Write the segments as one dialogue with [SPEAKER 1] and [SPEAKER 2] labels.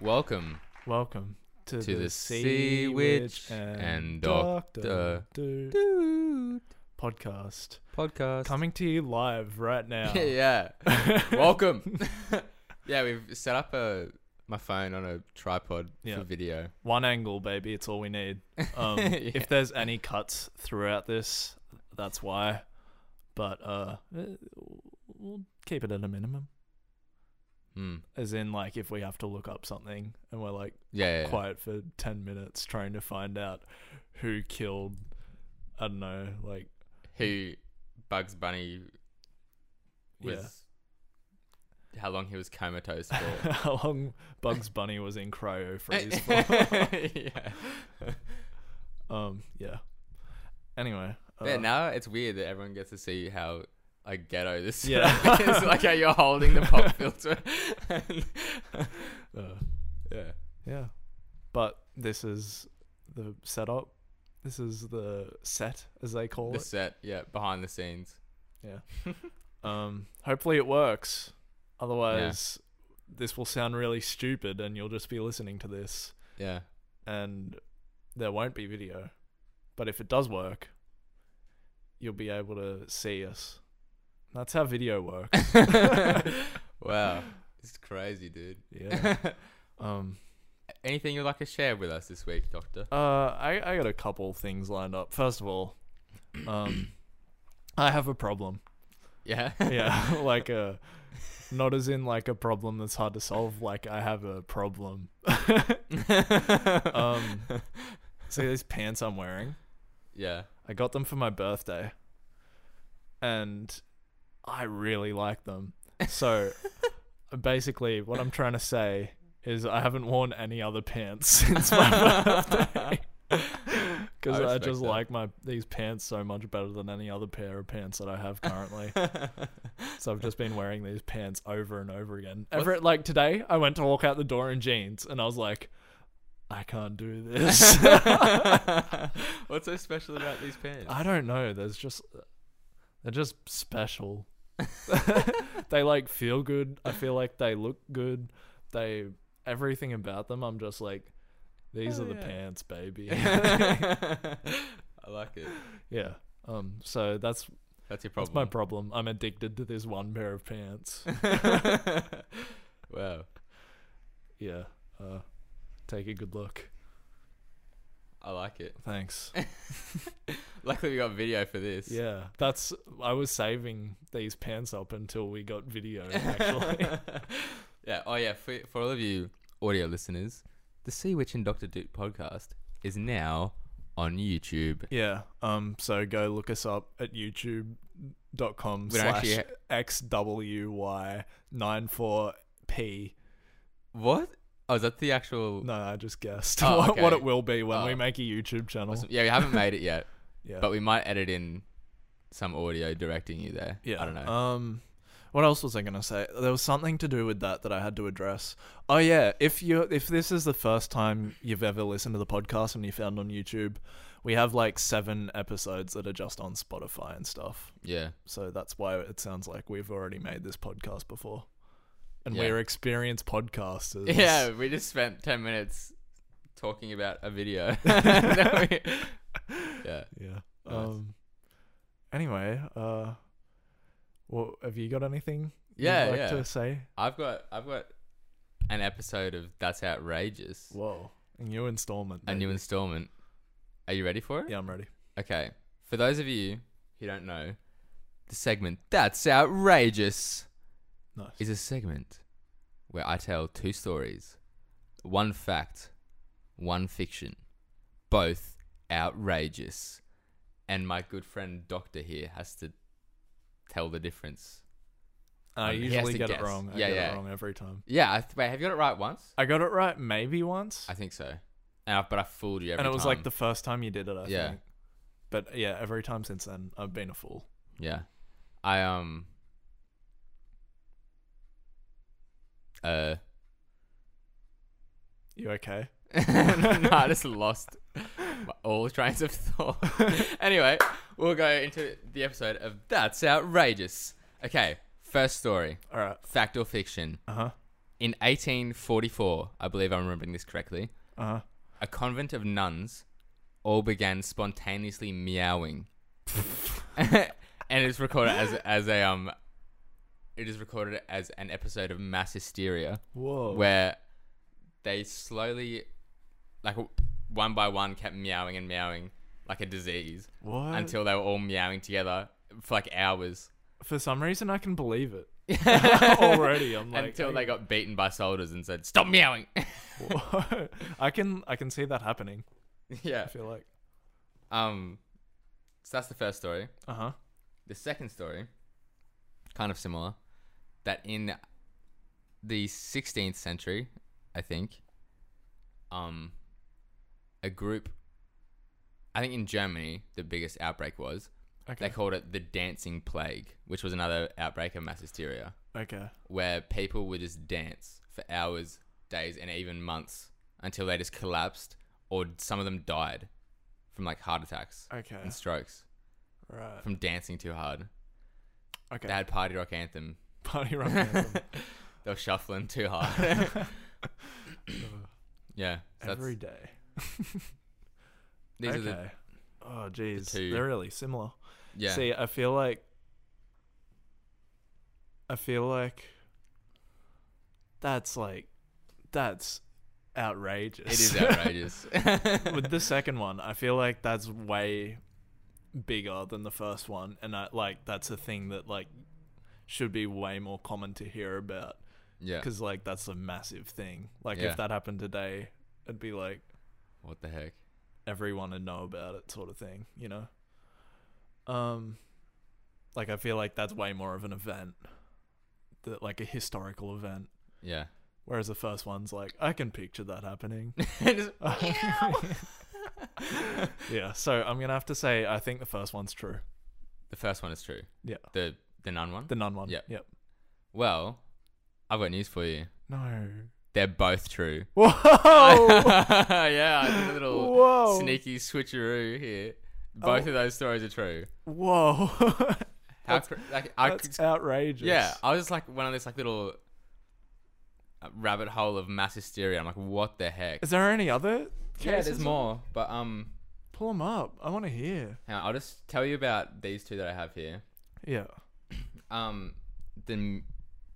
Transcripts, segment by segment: [SPEAKER 1] Welcome
[SPEAKER 2] Welcome to,
[SPEAKER 1] to the Sea Witch and Doctor
[SPEAKER 2] Dude
[SPEAKER 1] Dude
[SPEAKER 2] podcast
[SPEAKER 1] podcast.
[SPEAKER 2] coming to you live right now.
[SPEAKER 1] yeah. Welcome. yeah, we've set up a my phone on a tripod
[SPEAKER 2] Yeah.
[SPEAKER 1] for video.
[SPEAKER 2] One angle, baby. It's all we need. Um,
[SPEAKER 1] Yeah.
[SPEAKER 2] If there's any cuts throughout this, that's why. But uh, eh, we'll keep it at a minimum.
[SPEAKER 1] Hmm.
[SPEAKER 2] As in, like, if we have to look up something and we're like
[SPEAKER 1] Yeah. yeah, yeah.
[SPEAKER 2] quiet for 10 minutes trying to find out who killed, I don't know, like,
[SPEAKER 1] Who Bugs Bunny
[SPEAKER 2] yeah.
[SPEAKER 1] was? How long he was comatose for?
[SPEAKER 2] how long Bugs Bunny was in cryo freeze for.
[SPEAKER 1] yeah.
[SPEAKER 2] um, yeah. Anyway. uh,
[SPEAKER 1] yeah. Now it's weird that everyone gets to see how. Like ghetto this
[SPEAKER 2] Yeah.
[SPEAKER 1] setup is, like how you're holding the pop filter.
[SPEAKER 2] uh,
[SPEAKER 1] yeah.
[SPEAKER 2] yeah. But this is the setup. This is the set, as they call
[SPEAKER 1] The set, yeah, behind the scenes.
[SPEAKER 2] it. Um, hopefully it works. Otherwise, this will sound really stupid, and you'll just be listening to this,
[SPEAKER 1] Yeah.
[SPEAKER 2] and there won't be video. But if it does work, you'll be able to see us. That's how video works.
[SPEAKER 1] wow. It's crazy, dude.
[SPEAKER 2] Yeah. um.
[SPEAKER 1] Anything you'd like to share with us this week, Doctor?
[SPEAKER 2] Uh. I I got a couple things lined up. First of all, um, I have a problem.
[SPEAKER 1] Yeah.
[SPEAKER 2] Yeah. like a, not as in like a problem that's hard to solve. Like I have a problem. um. See these pants I'm wearing.
[SPEAKER 1] yeah.
[SPEAKER 2] I got them for my birthday. And I really like them. So basically what I'm trying to say is I haven't worn any other pants since my birthday. Because
[SPEAKER 1] I
[SPEAKER 2] I,
[SPEAKER 1] respect
[SPEAKER 2] just
[SPEAKER 1] that.
[SPEAKER 2] like my these pants so much better than any other pair of pants that I have currently. so I've just been wearing these pants over and over again. Ever like today, I went to walk out the door in jeans, and I was like, I can't do this.
[SPEAKER 1] What's so special about these pants?
[SPEAKER 2] I don't know. There's just they're just special. they like feel good. I feel like they look good. They everything about them. I'm just like, these
[SPEAKER 1] Hell
[SPEAKER 2] are the
[SPEAKER 1] yeah.
[SPEAKER 2] pants, baby.
[SPEAKER 1] I like it.
[SPEAKER 2] yeah. Um. So that's
[SPEAKER 1] That's your
[SPEAKER 2] that's my
[SPEAKER 1] problem.
[SPEAKER 2] problem. I'm addicted to this one pair of pants.
[SPEAKER 1] wow.
[SPEAKER 2] yeah. Uh, take a good look.
[SPEAKER 1] I like it.
[SPEAKER 2] Thanks.
[SPEAKER 1] Luckily, we got video for this.
[SPEAKER 2] Yeah. That's I was saving these pants up until we got video. Actually.
[SPEAKER 1] yeah. Oh, yeah. For, for all of you audio listeners, the Sea Witch and Doctor Duke podcast is now on YouTube.
[SPEAKER 2] Yeah. Um. So go look us up at youtube.com
[SPEAKER 1] We don't actually
[SPEAKER 2] slash xwy 94 p.
[SPEAKER 1] What? Oh, is that the actual?
[SPEAKER 2] No, I just guessed
[SPEAKER 1] Oh,
[SPEAKER 2] what, what
[SPEAKER 1] okay.
[SPEAKER 2] it will be when we
[SPEAKER 1] Oh.
[SPEAKER 2] make a YouTube channel.
[SPEAKER 1] Awesome. Yeah, we haven't made it yet,
[SPEAKER 2] Yeah.
[SPEAKER 1] but we might edit in some audio directing you there.
[SPEAKER 2] yeah.
[SPEAKER 1] I don't know.
[SPEAKER 2] Um. What else was I gonna say? There was something to do with that that I had to address. Oh yeah, if you if this is the first time you've ever listened to the podcast and you found on YouTube, we have like seven episodes that are just on Spotify and stuff.
[SPEAKER 1] yeah.
[SPEAKER 2] So that's why it sounds like we've already made this podcast before. And
[SPEAKER 1] Yeah.
[SPEAKER 2] we're experienced podcasters.
[SPEAKER 1] Yeah. We just spent ten minutes talking about a video. That we- yeah.
[SPEAKER 2] Yeah.
[SPEAKER 1] Nice.
[SPEAKER 2] Um anyway, uh well, have you got anything
[SPEAKER 1] Yeah,
[SPEAKER 2] you'd like
[SPEAKER 1] yeah.
[SPEAKER 2] to say?
[SPEAKER 1] I've got. I've got an episode of That's Outrageous.
[SPEAKER 2] Whoa. A new installment.
[SPEAKER 1] a new
[SPEAKER 2] baby.
[SPEAKER 1] installment. Are you ready for it?
[SPEAKER 2] Yeah, I'm ready.
[SPEAKER 1] Okay. For those of you who don't know, the segment That's Outrageous
[SPEAKER 2] Nice.
[SPEAKER 1] is a segment where I tell two stories one fact, one fiction, both outrageous. And my good friend Doctor here has to tell the difference.
[SPEAKER 2] I
[SPEAKER 1] um, he has
[SPEAKER 2] usually
[SPEAKER 1] to
[SPEAKER 2] get
[SPEAKER 1] guess.
[SPEAKER 2] it wrong. I
[SPEAKER 1] Yeah,
[SPEAKER 2] get
[SPEAKER 1] yeah.
[SPEAKER 2] it wrong every time.
[SPEAKER 1] Yeah, I th- wait, have you got it right once?
[SPEAKER 2] I got it right maybe once.
[SPEAKER 1] I think so. And I, but I fooled you every
[SPEAKER 2] and it was like
[SPEAKER 1] time.
[SPEAKER 2] the first time you did it, I
[SPEAKER 1] Yeah.
[SPEAKER 2] think. But yeah, every time since then I've been a fool.
[SPEAKER 1] Yeah. I um uh
[SPEAKER 2] You okay?
[SPEAKER 1] no, I just lost my, all trains of thought. anyway, we'll go into the episode of That's Outrageous. Okay, first story.
[SPEAKER 2] All right.
[SPEAKER 1] Fact or fiction?
[SPEAKER 2] Uh-huh.
[SPEAKER 1] In 1844, I believe I'm remembering this correctly,
[SPEAKER 2] Uh,
[SPEAKER 1] a convent of nuns all began spontaneously meowing, and it's recorded as as a um, it is recorded as an episode of mass hysteria
[SPEAKER 2] whoa.
[SPEAKER 1] where they slowly, like one by one, kept meowing and meowing like a disease
[SPEAKER 2] what?
[SPEAKER 1] until they were all meowing together for like hours.
[SPEAKER 2] For some reason, I can believe it. Already, I'm like
[SPEAKER 1] until they got beaten by soldiers and said, "Stop meowing."
[SPEAKER 2] Whoa. I can I can see that happening. I
[SPEAKER 1] yeah.
[SPEAKER 2] feel like.
[SPEAKER 1] Um. So that's the first story.
[SPEAKER 2] Uh huh.
[SPEAKER 1] The second story, kind of similar, that in the 16th century, I think, um, a group, I think in Germany, the biggest outbreak was.
[SPEAKER 2] Okay.
[SPEAKER 1] They called it the dancing plague, which was another outbreak of mass hysteria,
[SPEAKER 2] Okay.
[SPEAKER 1] where people would just dance for hours, days, and even months until they just collapsed, or some of them died from like heart attacks
[SPEAKER 2] Okay.
[SPEAKER 1] and strokes
[SPEAKER 2] Right.
[SPEAKER 1] from dancing too hard.
[SPEAKER 2] Okay.
[SPEAKER 1] They had party rock anthem.
[SPEAKER 2] Party rock anthem.
[SPEAKER 1] They were shuffling too hard. yeah. So that's,
[SPEAKER 2] Every day.
[SPEAKER 1] these
[SPEAKER 2] okay.
[SPEAKER 1] are the
[SPEAKER 2] oh jeez,
[SPEAKER 1] two-
[SPEAKER 2] they're really similar.
[SPEAKER 1] yeah.
[SPEAKER 2] See, I feel like I feel like that's like that's
[SPEAKER 1] it
[SPEAKER 2] outrageous.
[SPEAKER 1] is outrageous.
[SPEAKER 2] With the second one, I feel like that's way bigger than the first one and I like that's a thing that like should be way more common to hear about
[SPEAKER 1] yeah.
[SPEAKER 2] cuz like that's a massive thing. Like
[SPEAKER 1] Yeah.
[SPEAKER 2] if that happened today, it'd be like
[SPEAKER 1] What the heck?
[SPEAKER 2] everyone would know about it sort of thing, you know? Um like I feel like that's way more of an event. That like a historical event.
[SPEAKER 1] Yeah.
[SPEAKER 2] Whereas the first one's like, I can picture that happening.
[SPEAKER 1] Just-
[SPEAKER 2] Oh. yeah, so I'm gonna have to say I think the first one's true.
[SPEAKER 1] the first one is true.
[SPEAKER 2] Yeah.
[SPEAKER 1] The the nun one.
[SPEAKER 2] The nun one.
[SPEAKER 1] Yep.
[SPEAKER 2] Yep.
[SPEAKER 1] well, I've got news for you.
[SPEAKER 2] No.
[SPEAKER 1] They're both true.
[SPEAKER 2] Whoa
[SPEAKER 1] yeah, I did a little
[SPEAKER 2] Oh. Whoa.
[SPEAKER 1] sneaky switcheroo here. Both
[SPEAKER 2] Oh.
[SPEAKER 1] of those stories are true.
[SPEAKER 2] Whoa.
[SPEAKER 1] How
[SPEAKER 2] That's-
[SPEAKER 1] cr- like, I could
[SPEAKER 2] that's outrageous.
[SPEAKER 1] Yeah, I was just like one of this like little uh, rabbit hole of mass hysteria. I'm like, what the heck?
[SPEAKER 2] Is there any other cases?
[SPEAKER 1] yeah, there's more, but um,
[SPEAKER 2] Pull them up. I wanna hear.
[SPEAKER 1] hang on, I'll just tell you about these two that I have here.
[SPEAKER 2] Yeah.
[SPEAKER 1] Um, the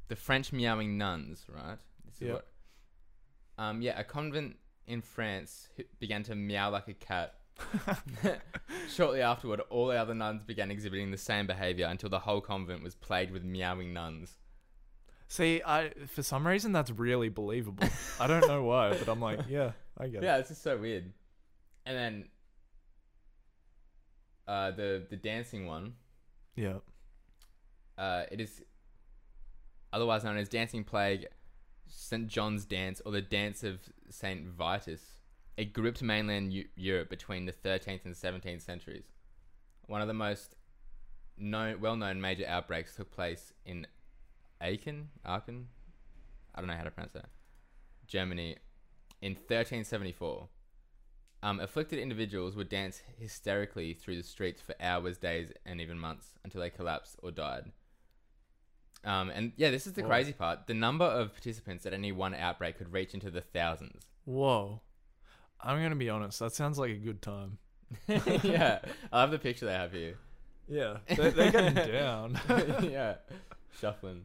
[SPEAKER 1] the French meowing nuns, right? This
[SPEAKER 2] Yeah.
[SPEAKER 1] what- um, yeah, a convent in France who- began to meow like a cat. Shortly afterward, all the other nuns began exhibiting the same behavior until the whole convent was plagued with meowing nuns.
[SPEAKER 2] See, I for some reason that's really believable. I don't know why, but I'm like, yeah, I get
[SPEAKER 1] Yeah, it's just so weird. And then uh, the the dancing one,
[SPEAKER 2] it. Yeah.
[SPEAKER 1] uh, it is otherwise known as dancing plague, St John's dance, or the dance of Saint Vitus. It gripped mainland Eu- Europe between the 13th and 17th centuries. One of the most known, well-known major outbreaks took place in Aachen, Aachen, I don't know how to pronounce that, Germany, in 1374. Um, afflicted individuals would dance hysterically through the streets for hours, days, and even months until they collapsed or died. Um, and yeah, this is the
[SPEAKER 2] Whoa.
[SPEAKER 1] crazy part. The number of participants at any one outbreak could reach into the thousands.
[SPEAKER 2] Whoa. I'm gonna be honest. That sounds like a good time.
[SPEAKER 1] yeah, I love the picture they have here.
[SPEAKER 2] Yeah, they're, they're getting down.
[SPEAKER 1] yeah, shuffling.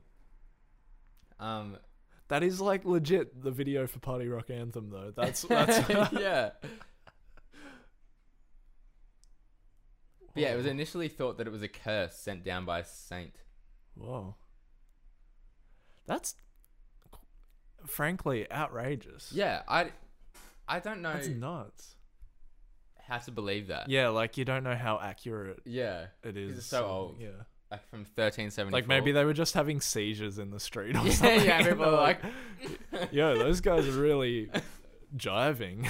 [SPEAKER 1] Um,
[SPEAKER 2] That is like legit the video for Party Rock Anthem though. That's that's
[SPEAKER 1] yeah. But yeah, it was initially thought that it was a curse sent down by a saint.
[SPEAKER 2] Whoa. That's frankly outrageous.
[SPEAKER 1] Yeah, I, I don't know
[SPEAKER 2] That's nuts.
[SPEAKER 1] how to believe that.
[SPEAKER 2] Yeah, like you don't know how accurate
[SPEAKER 1] yeah,
[SPEAKER 2] it
[SPEAKER 1] Because
[SPEAKER 2] is.
[SPEAKER 1] it's so old.
[SPEAKER 2] Yeah.
[SPEAKER 1] like from 1374.
[SPEAKER 2] Like maybe they were just having seizures in the street or
[SPEAKER 1] Yeah,
[SPEAKER 2] something.
[SPEAKER 1] yeah,
[SPEAKER 2] and
[SPEAKER 1] people
[SPEAKER 2] they're
[SPEAKER 1] are like,
[SPEAKER 2] Yo, those guys are really jiving.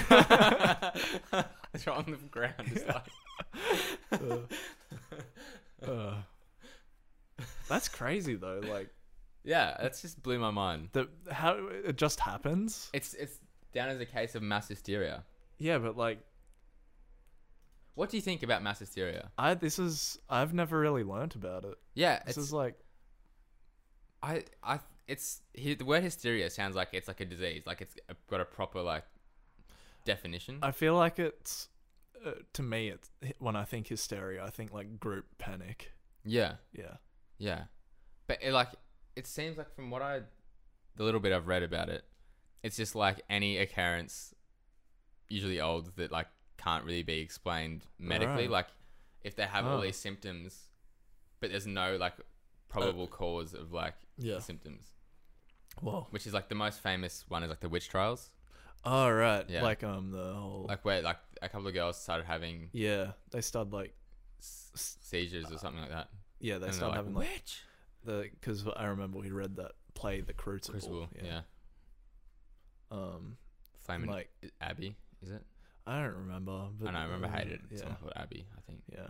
[SPEAKER 1] they're on the ground. Just like,
[SPEAKER 2] Uh, that's crazy though. Like
[SPEAKER 1] yeah, that's just blew my mind.
[SPEAKER 2] the how it just happens.
[SPEAKER 1] It's it's down as a case of mass hysteria.
[SPEAKER 2] Yeah, but like
[SPEAKER 1] What do you think about mass hysteria?
[SPEAKER 2] I this is I've never really learnt about it.
[SPEAKER 1] Yeah,
[SPEAKER 2] This
[SPEAKER 1] it's
[SPEAKER 2] is like
[SPEAKER 1] I I it's he, the word hysteria sounds like it's like a disease, like it's got a proper like definition.
[SPEAKER 2] I feel like it's uh, to me. It's when I think hysteria, I think like group panic.
[SPEAKER 1] yeah,
[SPEAKER 2] Yeah,
[SPEAKER 1] yeah, but it, like it seems like from what I, the little bit I've read about it, it's just like any occurrence, usually old that like can't really be explained medically.
[SPEAKER 2] Right.
[SPEAKER 1] Like if they have all
[SPEAKER 2] Oh.
[SPEAKER 1] these symptoms, but there's no like probable cause of like
[SPEAKER 2] Uh, yeah.
[SPEAKER 1] symptoms,
[SPEAKER 2] Whoa.
[SPEAKER 1] which is like the most famous one is like the witch trials.
[SPEAKER 2] All right.
[SPEAKER 1] Yeah.
[SPEAKER 2] Like um the whole
[SPEAKER 1] like where like a couple of girls started having
[SPEAKER 2] yeah they started like
[SPEAKER 1] s- seizures
[SPEAKER 2] Uh,
[SPEAKER 1] or something like that.
[SPEAKER 2] yeah they
[SPEAKER 1] And they're
[SPEAKER 2] started
[SPEAKER 1] like,
[SPEAKER 2] having like
[SPEAKER 1] witch
[SPEAKER 2] the because I remember we read that play the Crucible.
[SPEAKER 1] crucible, yeah,
[SPEAKER 2] Um.
[SPEAKER 1] flaming
[SPEAKER 2] Like
[SPEAKER 1] Abby, is it?
[SPEAKER 2] I don't remember. But
[SPEAKER 1] I know, I remember
[SPEAKER 2] um,
[SPEAKER 1] hated it.
[SPEAKER 2] Yeah.
[SPEAKER 1] Someone called Abby, I think.
[SPEAKER 2] Yeah.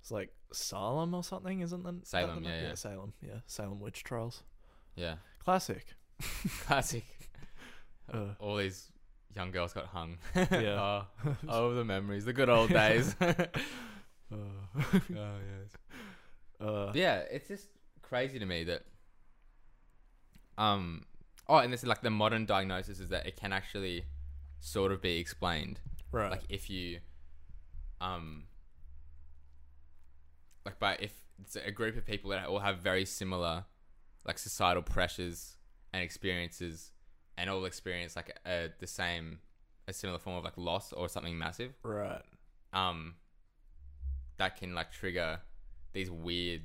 [SPEAKER 2] It's like Salem or something, isn't that? that
[SPEAKER 1] Salem,
[SPEAKER 2] the
[SPEAKER 1] yeah,
[SPEAKER 2] name?
[SPEAKER 1] yeah.
[SPEAKER 2] Salem, yeah. Salem witch trials.
[SPEAKER 1] Yeah,
[SPEAKER 2] Classic.
[SPEAKER 1] classic.
[SPEAKER 2] Uh,
[SPEAKER 1] All these young girls got hung.
[SPEAKER 2] Yeah.
[SPEAKER 1] oh, oh, the memories, the good old days.
[SPEAKER 2] uh,
[SPEAKER 1] yes.
[SPEAKER 2] uh,
[SPEAKER 1] Oh, Yeah, it's just crazy to me that. Um. Oh, and this is like the modern diagnosis is that it can actually sort of be explained.
[SPEAKER 2] right.
[SPEAKER 1] like if you um like by if it's a group of people that all have very similar like societal pressures and experiences and all experience like a, the same a similar form of like loss or something massive
[SPEAKER 2] right.
[SPEAKER 1] um that can like trigger these weird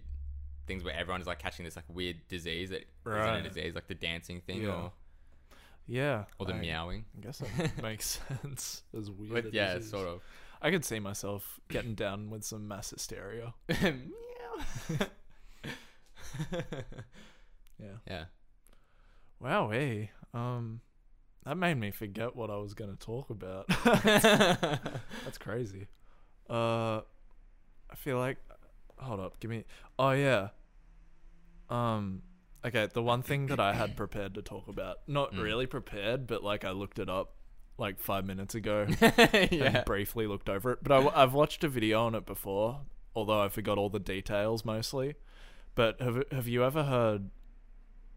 [SPEAKER 1] things where everyone is like catching this like weird disease that not
[SPEAKER 2] Right.
[SPEAKER 1] a disease like the dancing thing
[SPEAKER 2] Yeah.
[SPEAKER 1] or
[SPEAKER 2] Yeah.
[SPEAKER 1] or the
[SPEAKER 2] I,
[SPEAKER 1] meowing
[SPEAKER 2] I guess that makes sense. As weird.
[SPEAKER 1] but
[SPEAKER 2] as
[SPEAKER 1] yeah
[SPEAKER 2] it is.
[SPEAKER 1] sort of
[SPEAKER 2] I could see myself getting down with some mass hysteria. Yeah.
[SPEAKER 1] yeah.
[SPEAKER 2] Wow. Hey. Um, that made me forget what I was going to talk about. That's crazy. Uh, I feel like. Hold up, give me. Oh yeah. Um. Okay, the one thing that I had prepared to talk about, not
[SPEAKER 1] Mm.
[SPEAKER 2] really prepared, but like I looked it up like five minutes ago
[SPEAKER 1] yeah.
[SPEAKER 2] and briefly looked over it. But I, have watched a video on it before, although I forgot all the details mostly. But have have you ever heard?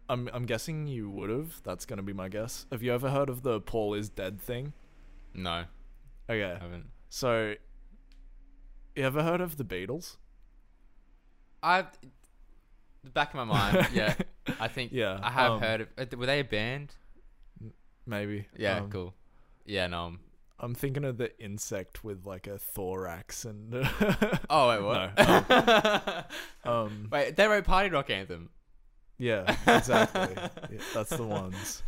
[SPEAKER 2] I'm I'm guessing you would have. That's gonna be my guess. Have you ever heard of the Paul is dead thing?
[SPEAKER 1] No, I
[SPEAKER 2] Okay.
[SPEAKER 1] haven't.
[SPEAKER 2] So, you ever heard of the Beatles?
[SPEAKER 1] I the back of my mind. Yeah, I think.
[SPEAKER 2] Yeah,
[SPEAKER 1] I have
[SPEAKER 2] um,
[SPEAKER 1] heard of. uh, Were they a band?
[SPEAKER 2] Maybe.
[SPEAKER 1] Yeah,
[SPEAKER 2] Um,
[SPEAKER 1] cool. Yeah, no. um,
[SPEAKER 2] I'm thinking of the insect with like a thorax and.
[SPEAKER 1] Oh wait, what?
[SPEAKER 2] um.
[SPEAKER 1] wait, they wrote Party Rock Anthem.
[SPEAKER 2] Yeah. Exactly. Yeah, that's the ones.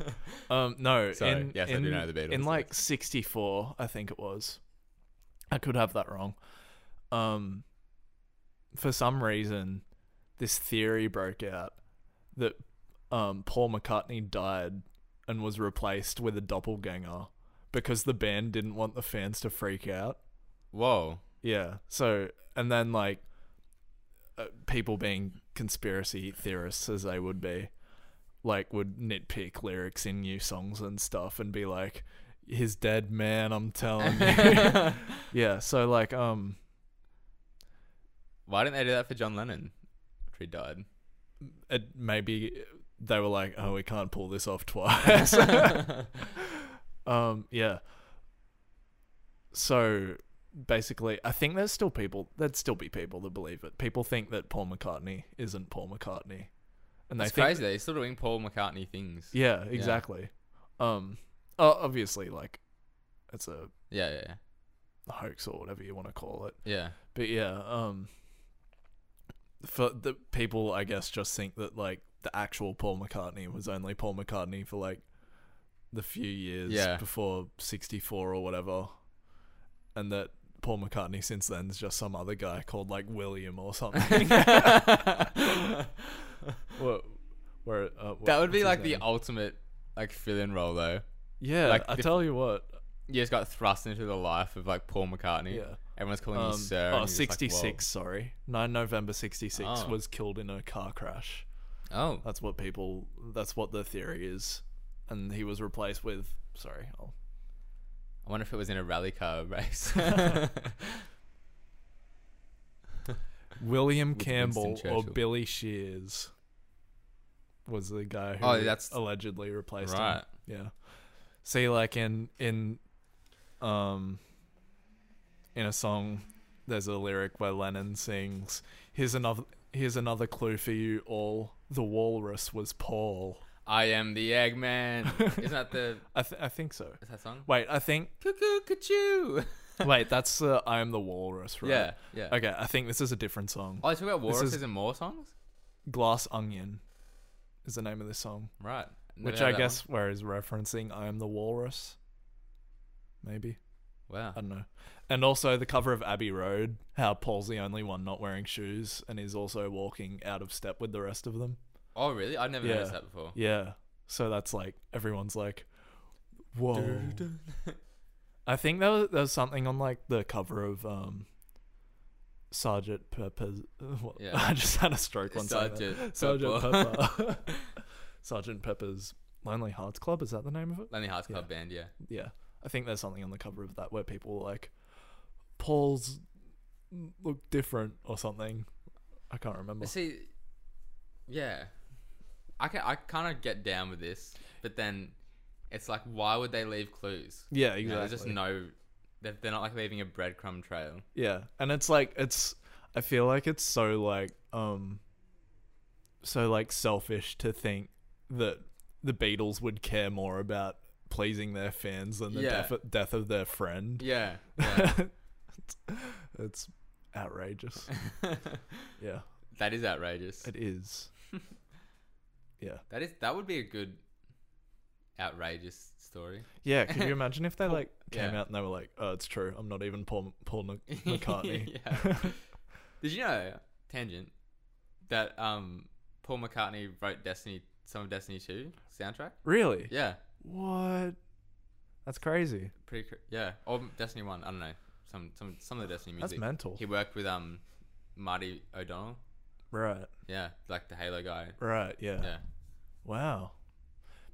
[SPEAKER 2] Um. No.
[SPEAKER 1] Sorry.
[SPEAKER 2] in-
[SPEAKER 1] Yes, I do
[SPEAKER 2] in-
[SPEAKER 1] know the Beatles,
[SPEAKER 2] In
[SPEAKER 1] yes.
[SPEAKER 2] like '64, I think it was. I could have that wrong. Um. For some reason, this theory broke out that um, Paul McCartney died and was replaced with a doppelganger because the band didn't want the fans to freak out.
[SPEAKER 1] Whoa.
[SPEAKER 2] Yeah. So, and then like uh, people being conspiracy theorists as they would be, like would nitpick lyrics in new songs and stuff and be like, "His dead man, I'm telling you." yeah. So like, um,
[SPEAKER 1] Why didn't they do that for John Lennon? after He died.
[SPEAKER 2] it, maybe they were like, "Oh, we can't pull this off twice." um, yeah. So basically, I think there's still people. There'd still be people that believe it. People think that Paul McCartney isn't Paul McCartney, and they
[SPEAKER 1] It's
[SPEAKER 2] think
[SPEAKER 1] crazy. They're still doing Paul McCartney things.
[SPEAKER 2] Yeah, exactly. Um, o- obviously, like it's a
[SPEAKER 1] Yeah, yeah, yeah.
[SPEAKER 2] hoax or whatever you want to call it.
[SPEAKER 1] yeah.
[SPEAKER 2] But yeah, um, for the people, I guess, just think that like the actual Paul McCartney was only Paul McCartney for like the few years
[SPEAKER 1] Yeah.
[SPEAKER 2] before '64 or whatever, and that Paul McCartney since then is just some other guy called like William or something. where, where, uh,
[SPEAKER 1] That would be
[SPEAKER 2] what's his
[SPEAKER 1] like the
[SPEAKER 2] name?
[SPEAKER 1] ultimate like fill in role though.
[SPEAKER 2] yeah.
[SPEAKER 1] like,
[SPEAKER 2] I
[SPEAKER 1] the-
[SPEAKER 2] tell you what,
[SPEAKER 1] You just got thrust into the life of like Paul McCartney.
[SPEAKER 2] yeah.
[SPEAKER 1] Everyone's calling you
[SPEAKER 2] Um,
[SPEAKER 1] sir. and
[SPEAKER 2] oh,
[SPEAKER 1] you're just like, whoa.
[SPEAKER 2] 66, sorry. 9 November 66
[SPEAKER 1] Oh.
[SPEAKER 2] was killed in a car crash.
[SPEAKER 1] Oh.
[SPEAKER 2] That's what people, that's what the theory is. And he was replaced with, sorry, I'll,
[SPEAKER 1] I wonder if it was in a rally car race.
[SPEAKER 2] William
[SPEAKER 1] With Winston
[SPEAKER 2] Campbell or
[SPEAKER 1] Churchill.
[SPEAKER 2] Billy Shears. was the guy who
[SPEAKER 1] Oh, that's-
[SPEAKER 2] allegedly replaced him.
[SPEAKER 1] right.
[SPEAKER 2] Yeah. See, like in in um in a song, there's a lyric where Lennon sings, "Here's another here's another clue for you all. The walrus was Paul."
[SPEAKER 1] I am the Eggman. Isn't that the
[SPEAKER 2] I th- I think so.
[SPEAKER 1] is that song?
[SPEAKER 2] Wait, I think
[SPEAKER 1] Cuckoo, cuckoo.
[SPEAKER 2] wait that's uh, I am the walrus, right?
[SPEAKER 1] Yeah, yeah.
[SPEAKER 2] Okay, I think this is a different song.
[SPEAKER 1] Oh, you talk about
[SPEAKER 2] This
[SPEAKER 1] walruses
[SPEAKER 2] is-
[SPEAKER 1] and more songs,
[SPEAKER 2] Glass Onion is the name of this song,
[SPEAKER 1] right? Never
[SPEAKER 2] which
[SPEAKER 1] heard
[SPEAKER 2] I
[SPEAKER 1] that one.
[SPEAKER 2] guess where is referencing I am the walrus. Maybe.
[SPEAKER 1] Wow.
[SPEAKER 2] I don't know. And also the cover of Abbey Road, how Paul's the only one not wearing shoes and is also walking out of step with the rest of them.
[SPEAKER 1] Oh, really? I never
[SPEAKER 2] Yeah.
[SPEAKER 1] noticed that before.
[SPEAKER 2] Yeah. So that's like everyone's like, whoa. I think there was, there was something on like the cover of um, Sergeant Pepper's. what-
[SPEAKER 1] Yeah.
[SPEAKER 2] I just had a stroke one second.
[SPEAKER 1] Sergeant
[SPEAKER 2] Sergeant
[SPEAKER 1] Pepper.
[SPEAKER 2] Pepper. Sergeant Pepper's Lonely Hearts Club. Is that the name of it?
[SPEAKER 1] Lonely Hearts
[SPEAKER 2] Yeah.
[SPEAKER 1] Club Band, yeah.
[SPEAKER 2] yeah, I think there's something on the cover of that where people were like, Paul's look different or something. I can't remember.
[SPEAKER 1] See, yeah, I can I kind of get down with this, but then it's like, why would they leave clues?
[SPEAKER 2] yeah,
[SPEAKER 1] You
[SPEAKER 2] exactly.
[SPEAKER 1] know, there's just no, they're, they're not like leaving a breadcrumb trail.
[SPEAKER 2] yeah, and it's like it's. I feel like it's so like um. So like selfish to think that the Beatles would care more about pleasing their fans than the
[SPEAKER 1] Yeah.
[SPEAKER 2] death, death of their friend.
[SPEAKER 1] Yeah, yeah.
[SPEAKER 2] It's outrageous. yeah,
[SPEAKER 1] that is outrageous.
[SPEAKER 2] it is. Yeah.
[SPEAKER 1] That is that would be a good outrageous story.
[SPEAKER 2] Yeah, could you imagine if they
[SPEAKER 1] Paul-
[SPEAKER 2] like came
[SPEAKER 1] Oh, yeah.
[SPEAKER 2] out and they were like, "Oh, it's true. I'm not even Paul Paul Mc- McCartney."
[SPEAKER 1] yeah. Did you know tangent that um Paul McCartney wrote Destiny some of Destiny 2 soundtrack?
[SPEAKER 2] really?
[SPEAKER 1] Yeah,
[SPEAKER 2] What? That's crazy.
[SPEAKER 1] pretty cr- yeah, or Destiny 1, I don't know. Some some some of the Destiny
[SPEAKER 2] That's
[SPEAKER 1] music.
[SPEAKER 2] mental.
[SPEAKER 1] He worked with um Marty O'Donnell.
[SPEAKER 2] Right.
[SPEAKER 1] Yeah, like the Halo guy.
[SPEAKER 2] Right. Yeah.
[SPEAKER 1] Yeah.
[SPEAKER 2] Wow.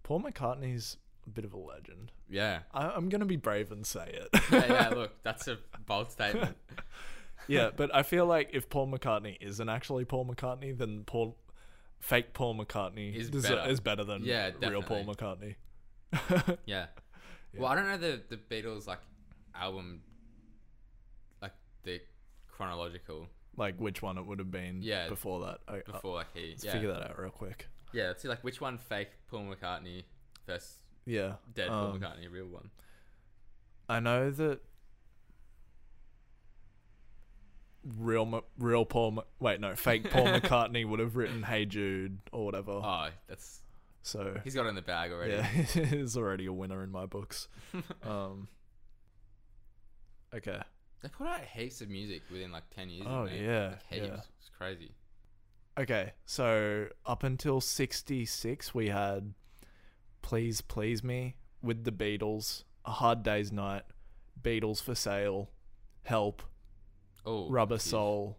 [SPEAKER 2] Paul McCartney's a bit of a legend.
[SPEAKER 1] Yeah.
[SPEAKER 2] I- I'm gonna be brave and say it.
[SPEAKER 1] Yeah, yeah, look, that's a bold statement.
[SPEAKER 2] yeah, but I feel like if Paul McCartney isn't actually Paul McCartney, then Paul fake Paul McCartney
[SPEAKER 1] Is
[SPEAKER 2] deser-
[SPEAKER 1] better.
[SPEAKER 2] is better than
[SPEAKER 1] Yeah,
[SPEAKER 2] real Paul
[SPEAKER 1] definitely.
[SPEAKER 2] McCartney.
[SPEAKER 1] Yeah. Well, I don't know the the Beatles like album like the chronological
[SPEAKER 2] Like which one it would have been
[SPEAKER 1] Yeah.
[SPEAKER 2] before that. I, I-
[SPEAKER 1] before like he
[SPEAKER 2] Uh, let's
[SPEAKER 1] yeah.
[SPEAKER 2] figure that out real quick.
[SPEAKER 1] Yeah, let's see like which one fake Paul McCartney versus
[SPEAKER 2] Yeah.
[SPEAKER 1] dead Paul
[SPEAKER 2] um,
[SPEAKER 1] McCartney, real one.
[SPEAKER 2] I know that real Ma- real Paul Ma- wait no fake Paul McCartney would have written Hey Jude or whatever.
[SPEAKER 1] Oh, that's
[SPEAKER 2] so
[SPEAKER 1] he's got it in the bag already.
[SPEAKER 2] yeah, he's already a winner in my books. um, okay,
[SPEAKER 1] They put out heaps of music within like ten years.
[SPEAKER 2] Oh,
[SPEAKER 1] didn't they?
[SPEAKER 2] yeah,
[SPEAKER 1] Like, heaps.
[SPEAKER 2] yeah.
[SPEAKER 1] It's crazy.
[SPEAKER 2] okay. So up until '66, we had Please Please Me with the Beatles, A Hard Day's Night, Beatles for Sale, Help,
[SPEAKER 1] Oh,
[SPEAKER 2] Rubber
[SPEAKER 1] that's huge.
[SPEAKER 2] Soul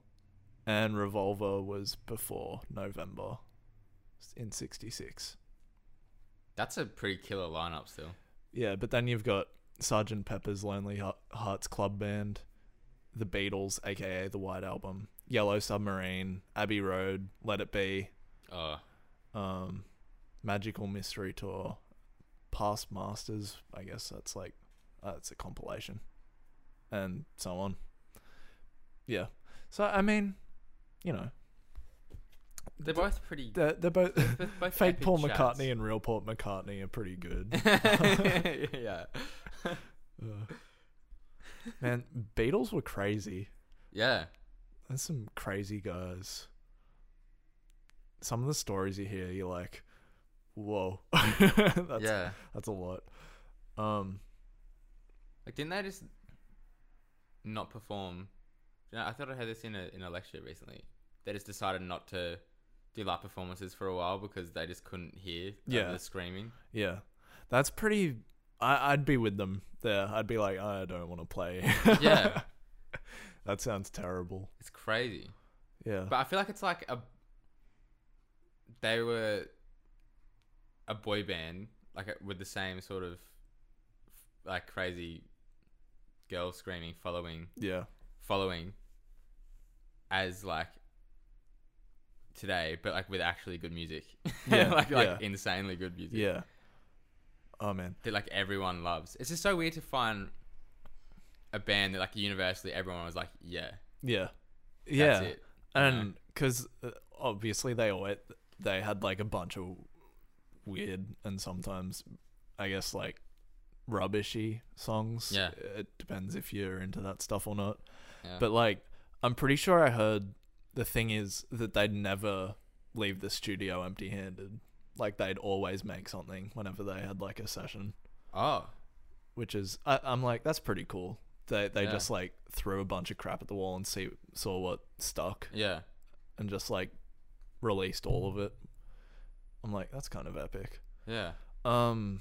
[SPEAKER 2] and Revolver was before November in 66.
[SPEAKER 1] That's a pretty killer lineup still.
[SPEAKER 2] Yeah, but then you've got Sgt. Pepper's Lonely Heart- Hearts Club Band, The Beatles, aka The White Album, Yellow Submarine, Abbey Road, Let It Be,
[SPEAKER 1] Oh,
[SPEAKER 2] um, Magical Mystery Tour, Past Masters, I guess that's like, uh, it's a compilation, and so on. Yeah. So, I mean, you know,
[SPEAKER 1] they're
[SPEAKER 2] D-
[SPEAKER 1] both pretty.
[SPEAKER 2] They're, they're both
[SPEAKER 1] they're both
[SPEAKER 2] fake
[SPEAKER 1] epic
[SPEAKER 2] Paul
[SPEAKER 1] shots.
[SPEAKER 2] McCartney and real Paul McCartney are pretty good.
[SPEAKER 1] yeah.
[SPEAKER 2] Uh, man, Beatles were crazy.
[SPEAKER 1] Yeah.
[SPEAKER 2] There's some crazy guys. Some of the stories you hear, you're like, "Whoa, that's
[SPEAKER 1] yeah.
[SPEAKER 2] that's a lot." Um,
[SPEAKER 1] Like, didn't they just not perform? You know, I thought I heard this in a in a lecture recently. They just decided not to do live performances for a while because they just couldn't hear over
[SPEAKER 2] Yeah.
[SPEAKER 1] the screaming.
[SPEAKER 2] yeah, that's pretty. I, I'd be with them there. I'd be like, I don't want to play.
[SPEAKER 1] Yeah.
[SPEAKER 2] that sounds terrible.
[SPEAKER 1] It's crazy.
[SPEAKER 2] Yeah,
[SPEAKER 1] But I feel like it's like a they were a boy band like a- with the same sort of like crazy girl screaming following
[SPEAKER 2] yeah,
[SPEAKER 1] following as like today, but like with actually good music.
[SPEAKER 2] Yeah,
[SPEAKER 1] like like
[SPEAKER 2] yeah.
[SPEAKER 1] insanely good music.
[SPEAKER 2] Yeah. Oh man.
[SPEAKER 1] That like everyone loves. It's just so weird to find a band that like universally everyone was like, yeah,
[SPEAKER 2] Yeah.
[SPEAKER 1] that's
[SPEAKER 2] yeah.
[SPEAKER 1] it.
[SPEAKER 2] And because obviously they always they had like a bunch of weird and sometimes I guess like rubbishy songs.
[SPEAKER 1] Yeah.
[SPEAKER 2] It depends if you're into that stuff or not.
[SPEAKER 1] Yeah.
[SPEAKER 2] But like, I'm pretty sure I heard the thing is that they'd never leave the studio empty handed. Like they'd always make something whenever they had like a session,
[SPEAKER 1] oh,
[SPEAKER 2] which is I, I'm like that's pretty cool. They they
[SPEAKER 1] Yeah.
[SPEAKER 2] just like threw a bunch of crap at the wall and see saw what stuck
[SPEAKER 1] yeah.
[SPEAKER 2] and just like released all of it. I'm like that's kind of epic.
[SPEAKER 1] Yeah.
[SPEAKER 2] Um,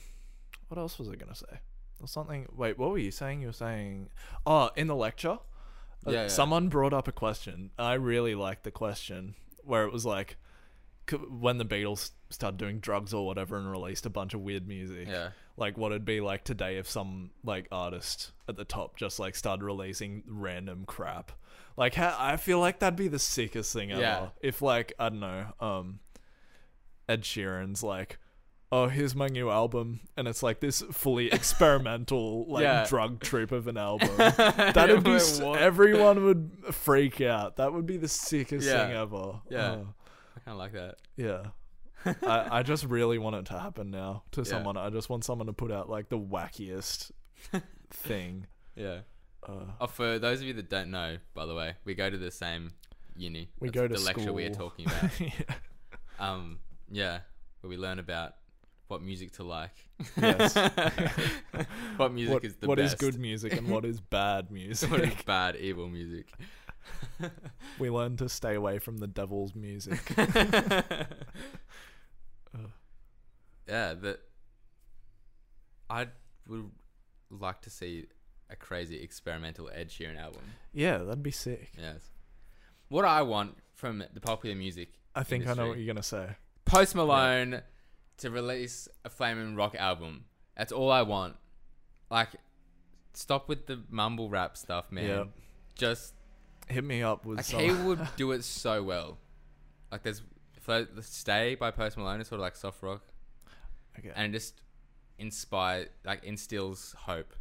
[SPEAKER 2] what else was I gonna say? Or something. Wait, what were you saying? You were saying, oh, in the lecture,
[SPEAKER 1] Yeah,
[SPEAKER 2] uh,
[SPEAKER 1] yeah.
[SPEAKER 2] someone brought up a question. I really liked the question where it was like, c- when the Beatles started doing drugs or whatever and released a bunch of weird music,
[SPEAKER 1] Yeah.
[SPEAKER 2] like what it'd be like today if some like artist at the top just like started releasing random crap. Like, ha- I feel like that'd be the sickest thing ever.
[SPEAKER 1] Yeah.
[SPEAKER 2] If like I don't know, um, Ed Sheeran's like, oh, here's my new album, and it's like this fully experimental like
[SPEAKER 1] Yeah.
[SPEAKER 2] drug trip of an album. That'd be s-
[SPEAKER 1] What?
[SPEAKER 2] everyone would freak out. That would be the sickest
[SPEAKER 1] Yeah.
[SPEAKER 2] thing ever.
[SPEAKER 1] Yeah.
[SPEAKER 2] Oh,
[SPEAKER 1] I kind of like that.
[SPEAKER 2] yeah. I, I just really want it to happen now to
[SPEAKER 1] Yeah.
[SPEAKER 2] someone. I just want someone to put out like the wackiest thing.
[SPEAKER 1] Yeah.
[SPEAKER 2] Uh,
[SPEAKER 1] Oh, for those of you that don't know, by the way, we go to the same uni.
[SPEAKER 2] We
[SPEAKER 1] That's
[SPEAKER 2] go to
[SPEAKER 1] the lecture we're
[SPEAKER 2] school.
[SPEAKER 1] talking about.
[SPEAKER 2] yeah.
[SPEAKER 1] um, yeah, where we learn about what music to like.
[SPEAKER 2] Yes.
[SPEAKER 1] what music
[SPEAKER 2] What-
[SPEAKER 1] is the
[SPEAKER 2] what is
[SPEAKER 1] best.
[SPEAKER 2] good music and what is bad
[SPEAKER 1] What is
[SPEAKER 2] music?
[SPEAKER 1] bad, evil music?
[SPEAKER 2] we learn to stay away from the devil's music.
[SPEAKER 1] yeah, that I would like to see a crazy experimental Ed Sheeran album.
[SPEAKER 2] Yeah, that'd be sick.
[SPEAKER 1] Yes. What I want from the popular music
[SPEAKER 2] I think I know what
[SPEAKER 1] Industry.
[SPEAKER 2] you're gonna say.
[SPEAKER 1] Post Malone to release a flaming rock album. That's all I want. Like, stop with the mumble rap stuff, man.
[SPEAKER 2] Yep.
[SPEAKER 1] Just
[SPEAKER 2] Hit me up with
[SPEAKER 1] like
[SPEAKER 2] some.
[SPEAKER 1] he would do it so well. Like, there's Flo- the Stay by Post Malone is sort of like soft rock,
[SPEAKER 2] okay.
[SPEAKER 1] and it just inspire like instills hope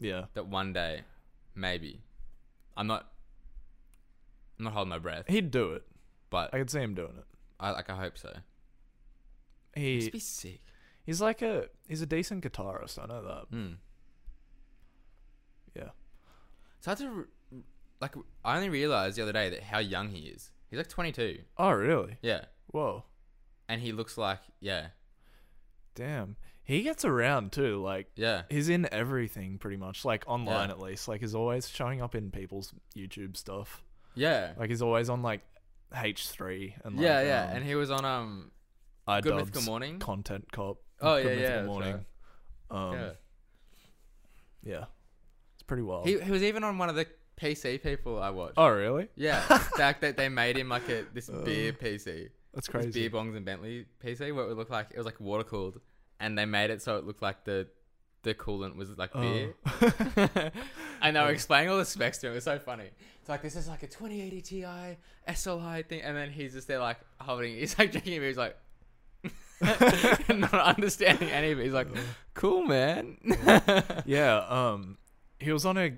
[SPEAKER 2] yeah.
[SPEAKER 1] that one day, maybe. I'm not. I'm not holding my breath,
[SPEAKER 2] He'd do it.
[SPEAKER 1] but
[SPEAKER 2] I could see him doing it.
[SPEAKER 1] I like. I hope so. Just
[SPEAKER 2] He
[SPEAKER 1] be sick.
[SPEAKER 2] he's like a he's a decent guitarist. I know that.
[SPEAKER 1] Mm.
[SPEAKER 2] Yeah.
[SPEAKER 1] So I had to, re- like, I only realized the other day that how young he is. He's like 22.
[SPEAKER 2] Oh really?
[SPEAKER 1] Yeah.
[SPEAKER 2] Whoa.
[SPEAKER 1] And he looks like, yeah,
[SPEAKER 2] Damn. He gets around too. Like
[SPEAKER 1] yeah,
[SPEAKER 2] he's in everything pretty much. Like online
[SPEAKER 1] Yeah.
[SPEAKER 2] at least. Like he's always showing up in people's YouTube stuff.
[SPEAKER 1] yeah.
[SPEAKER 2] Like he's always on like H three and like,
[SPEAKER 1] yeah, yeah.
[SPEAKER 2] um,
[SPEAKER 1] and he was on, um,
[SPEAKER 2] I
[SPEAKER 1] Good Mythical
[SPEAKER 2] Dubs
[SPEAKER 1] Morning.
[SPEAKER 2] content cop.
[SPEAKER 1] Oh,
[SPEAKER 2] Good
[SPEAKER 1] yeah, yeah,
[SPEAKER 2] Mythical
[SPEAKER 1] that's
[SPEAKER 2] Morning. Um,
[SPEAKER 1] yeah.
[SPEAKER 2] yeah. It's pretty wild.
[SPEAKER 1] He, he was even on one of the PC people I watched.
[SPEAKER 2] oh really?
[SPEAKER 1] Yeah. Back that they made him like a this beer PC.
[SPEAKER 2] That's
[SPEAKER 1] This beer
[SPEAKER 2] crazy.
[SPEAKER 1] bongs and Bentley PC where it would look like it was like water cooled and they made it so it looked like the the coolant was like beer.
[SPEAKER 2] Oh.
[SPEAKER 1] and they were explaining all the specs to him. It was so funny. It's like this is like a 2080 Ti SLI thing, and then he's just there like holding. He's like drinking beer. He's like not understanding any of it. He's like, cool man.
[SPEAKER 2] yeah, um he was on a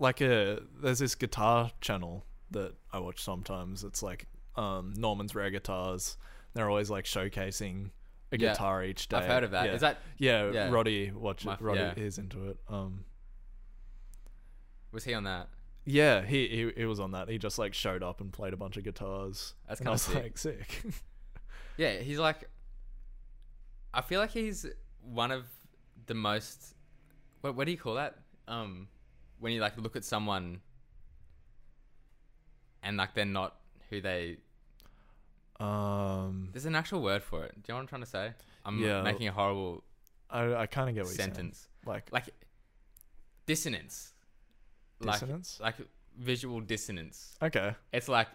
[SPEAKER 2] like a there's this guitar channel that I watch sometimes. It's like um Norman's Rare Guitars. They're always like showcasing a
[SPEAKER 1] Yeah.
[SPEAKER 2] guitar each day.
[SPEAKER 1] I've heard of that. Is
[SPEAKER 2] Yeah.
[SPEAKER 1] that
[SPEAKER 2] yeah,
[SPEAKER 1] yeah.
[SPEAKER 2] Roddy watch
[SPEAKER 1] My-
[SPEAKER 2] it. Roddy
[SPEAKER 1] yeah.
[SPEAKER 2] is into it. Um
[SPEAKER 1] was he on that?
[SPEAKER 2] yeah, he, he he was on that. He just like showed up and played a bunch of guitars.
[SPEAKER 1] That's
[SPEAKER 2] And I
[SPEAKER 1] kinda
[SPEAKER 2] was
[SPEAKER 1] sick.
[SPEAKER 2] like sick.
[SPEAKER 1] Yeah, he's like. I feel like he's one of the most. What what do you call that? Um, when you like look at someone. And like they're not who they
[SPEAKER 2] um
[SPEAKER 1] There's an actual word for it. Do you know what I'm trying to say? I'm
[SPEAKER 2] Yeah.
[SPEAKER 1] making a horrible
[SPEAKER 2] I I kind of get what
[SPEAKER 1] sentence.
[SPEAKER 2] you're saying. Like
[SPEAKER 1] Like dissonance.
[SPEAKER 2] Dissonance?
[SPEAKER 1] Like like visual dissonance.
[SPEAKER 2] okay.
[SPEAKER 1] It's like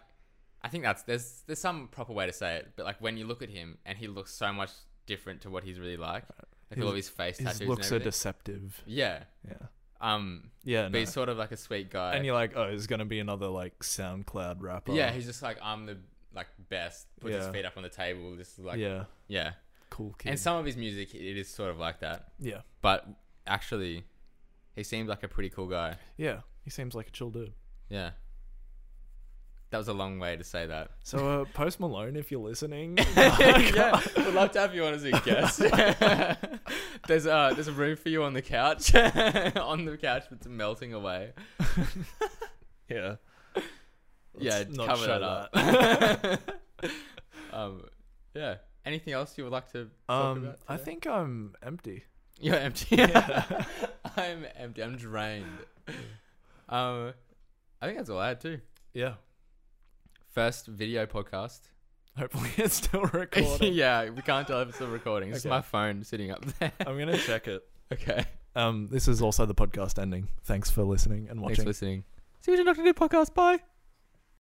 [SPEAKER 1] I think that's there's there's some proper way to say it, but like when you look at him and he looks so much different to what he's really like. Like all
[SPEAKER 2] His-
[SPEAKER 1] of his face
[SPEAKER 2] His
[SPEAKER 1] tattoos
[SPEAKER 2] looks
[SPEAKER 1] and
[SPEAKER 2] are
[SPEAKER 1] everything.
[SPEAKER 2] deceptive.
[SPEAKER 1] yeah.
[SPEAKER 2] Yeah.
[SPEAKER 1] Um
[SPEAKER 2] Yeah,
[SPEAKER 1] but
[SPEAKER 2] no.
[SPEAKER 1] he's sort of like a sweet guy.
[SPEAKER 2] and you're like, oh, there's gonna be another like SoundCloud rapper.
[SPEAKER 1] yeah, he's just like I'm the like best. Puts his
[SPEAKER 2] Yeah.
[SPEAKER 1] feet up on the table. Just like yeah.
[SPEAKER 2] yeah, cool kid.
[SPEAKER 1] And some of his music, it is sort of like that.
[SPEAKER 2] yeah,
[SPEAKER 1] But actually, he seems like a pretty cool guy.
[SPEAKER 2] yeah, he seems like a chill dude.
[SPEAKER 1] Yeah. That was a long way to say that.
[SPEAKER 2] So, uh, Post Malone, if you're listening,
[SPEAKER 1] yeah, we'd love to have you on as a guest. there's uh, there's a room for you on the couch, on the couch that's melting away.
[SPEAKER 2] yeah,
[SPEAKER 1] yeah,
[SPEAKER 2] Let's not
[SPEAKER 1] cover
[SPEAKER 2] show
[SPEAKER 1] that up. um, yeah. Anything else you would like to? Talk
[SPEAKER 2] um,
[SPEAKER 1] about
[SPEAKER 2] I
[SPEAKER 1] today?
[SPEAKER 2] think I'm empty.
[SPEAKER 1] you're empty.
[SPEAKER 2] Yeah.
[SPEAKER 1] I'm empty. I'm drained. Um, I think that's all I had too.
[SPEAKER 2] Yeah,
[SPEAKER 1] First video podcast.
[SPEAKER 2] hopefully it's still recording.
[SPEAKER 1] yeah, we can't tell if it's still recording. It's
[SPEAKER 2] Okay.
[SPEAKER 1] my phone sitting up there.
[SPEAKER 2] I'm gonna check it.
[SPEAKER 1] okay.
[SPEAKER 2] Um, this is also the podcast ending. Thanks for listening and watching.
[SPEAKER 1] Thanks for listening. See you on Doctor Do podcast. Bye.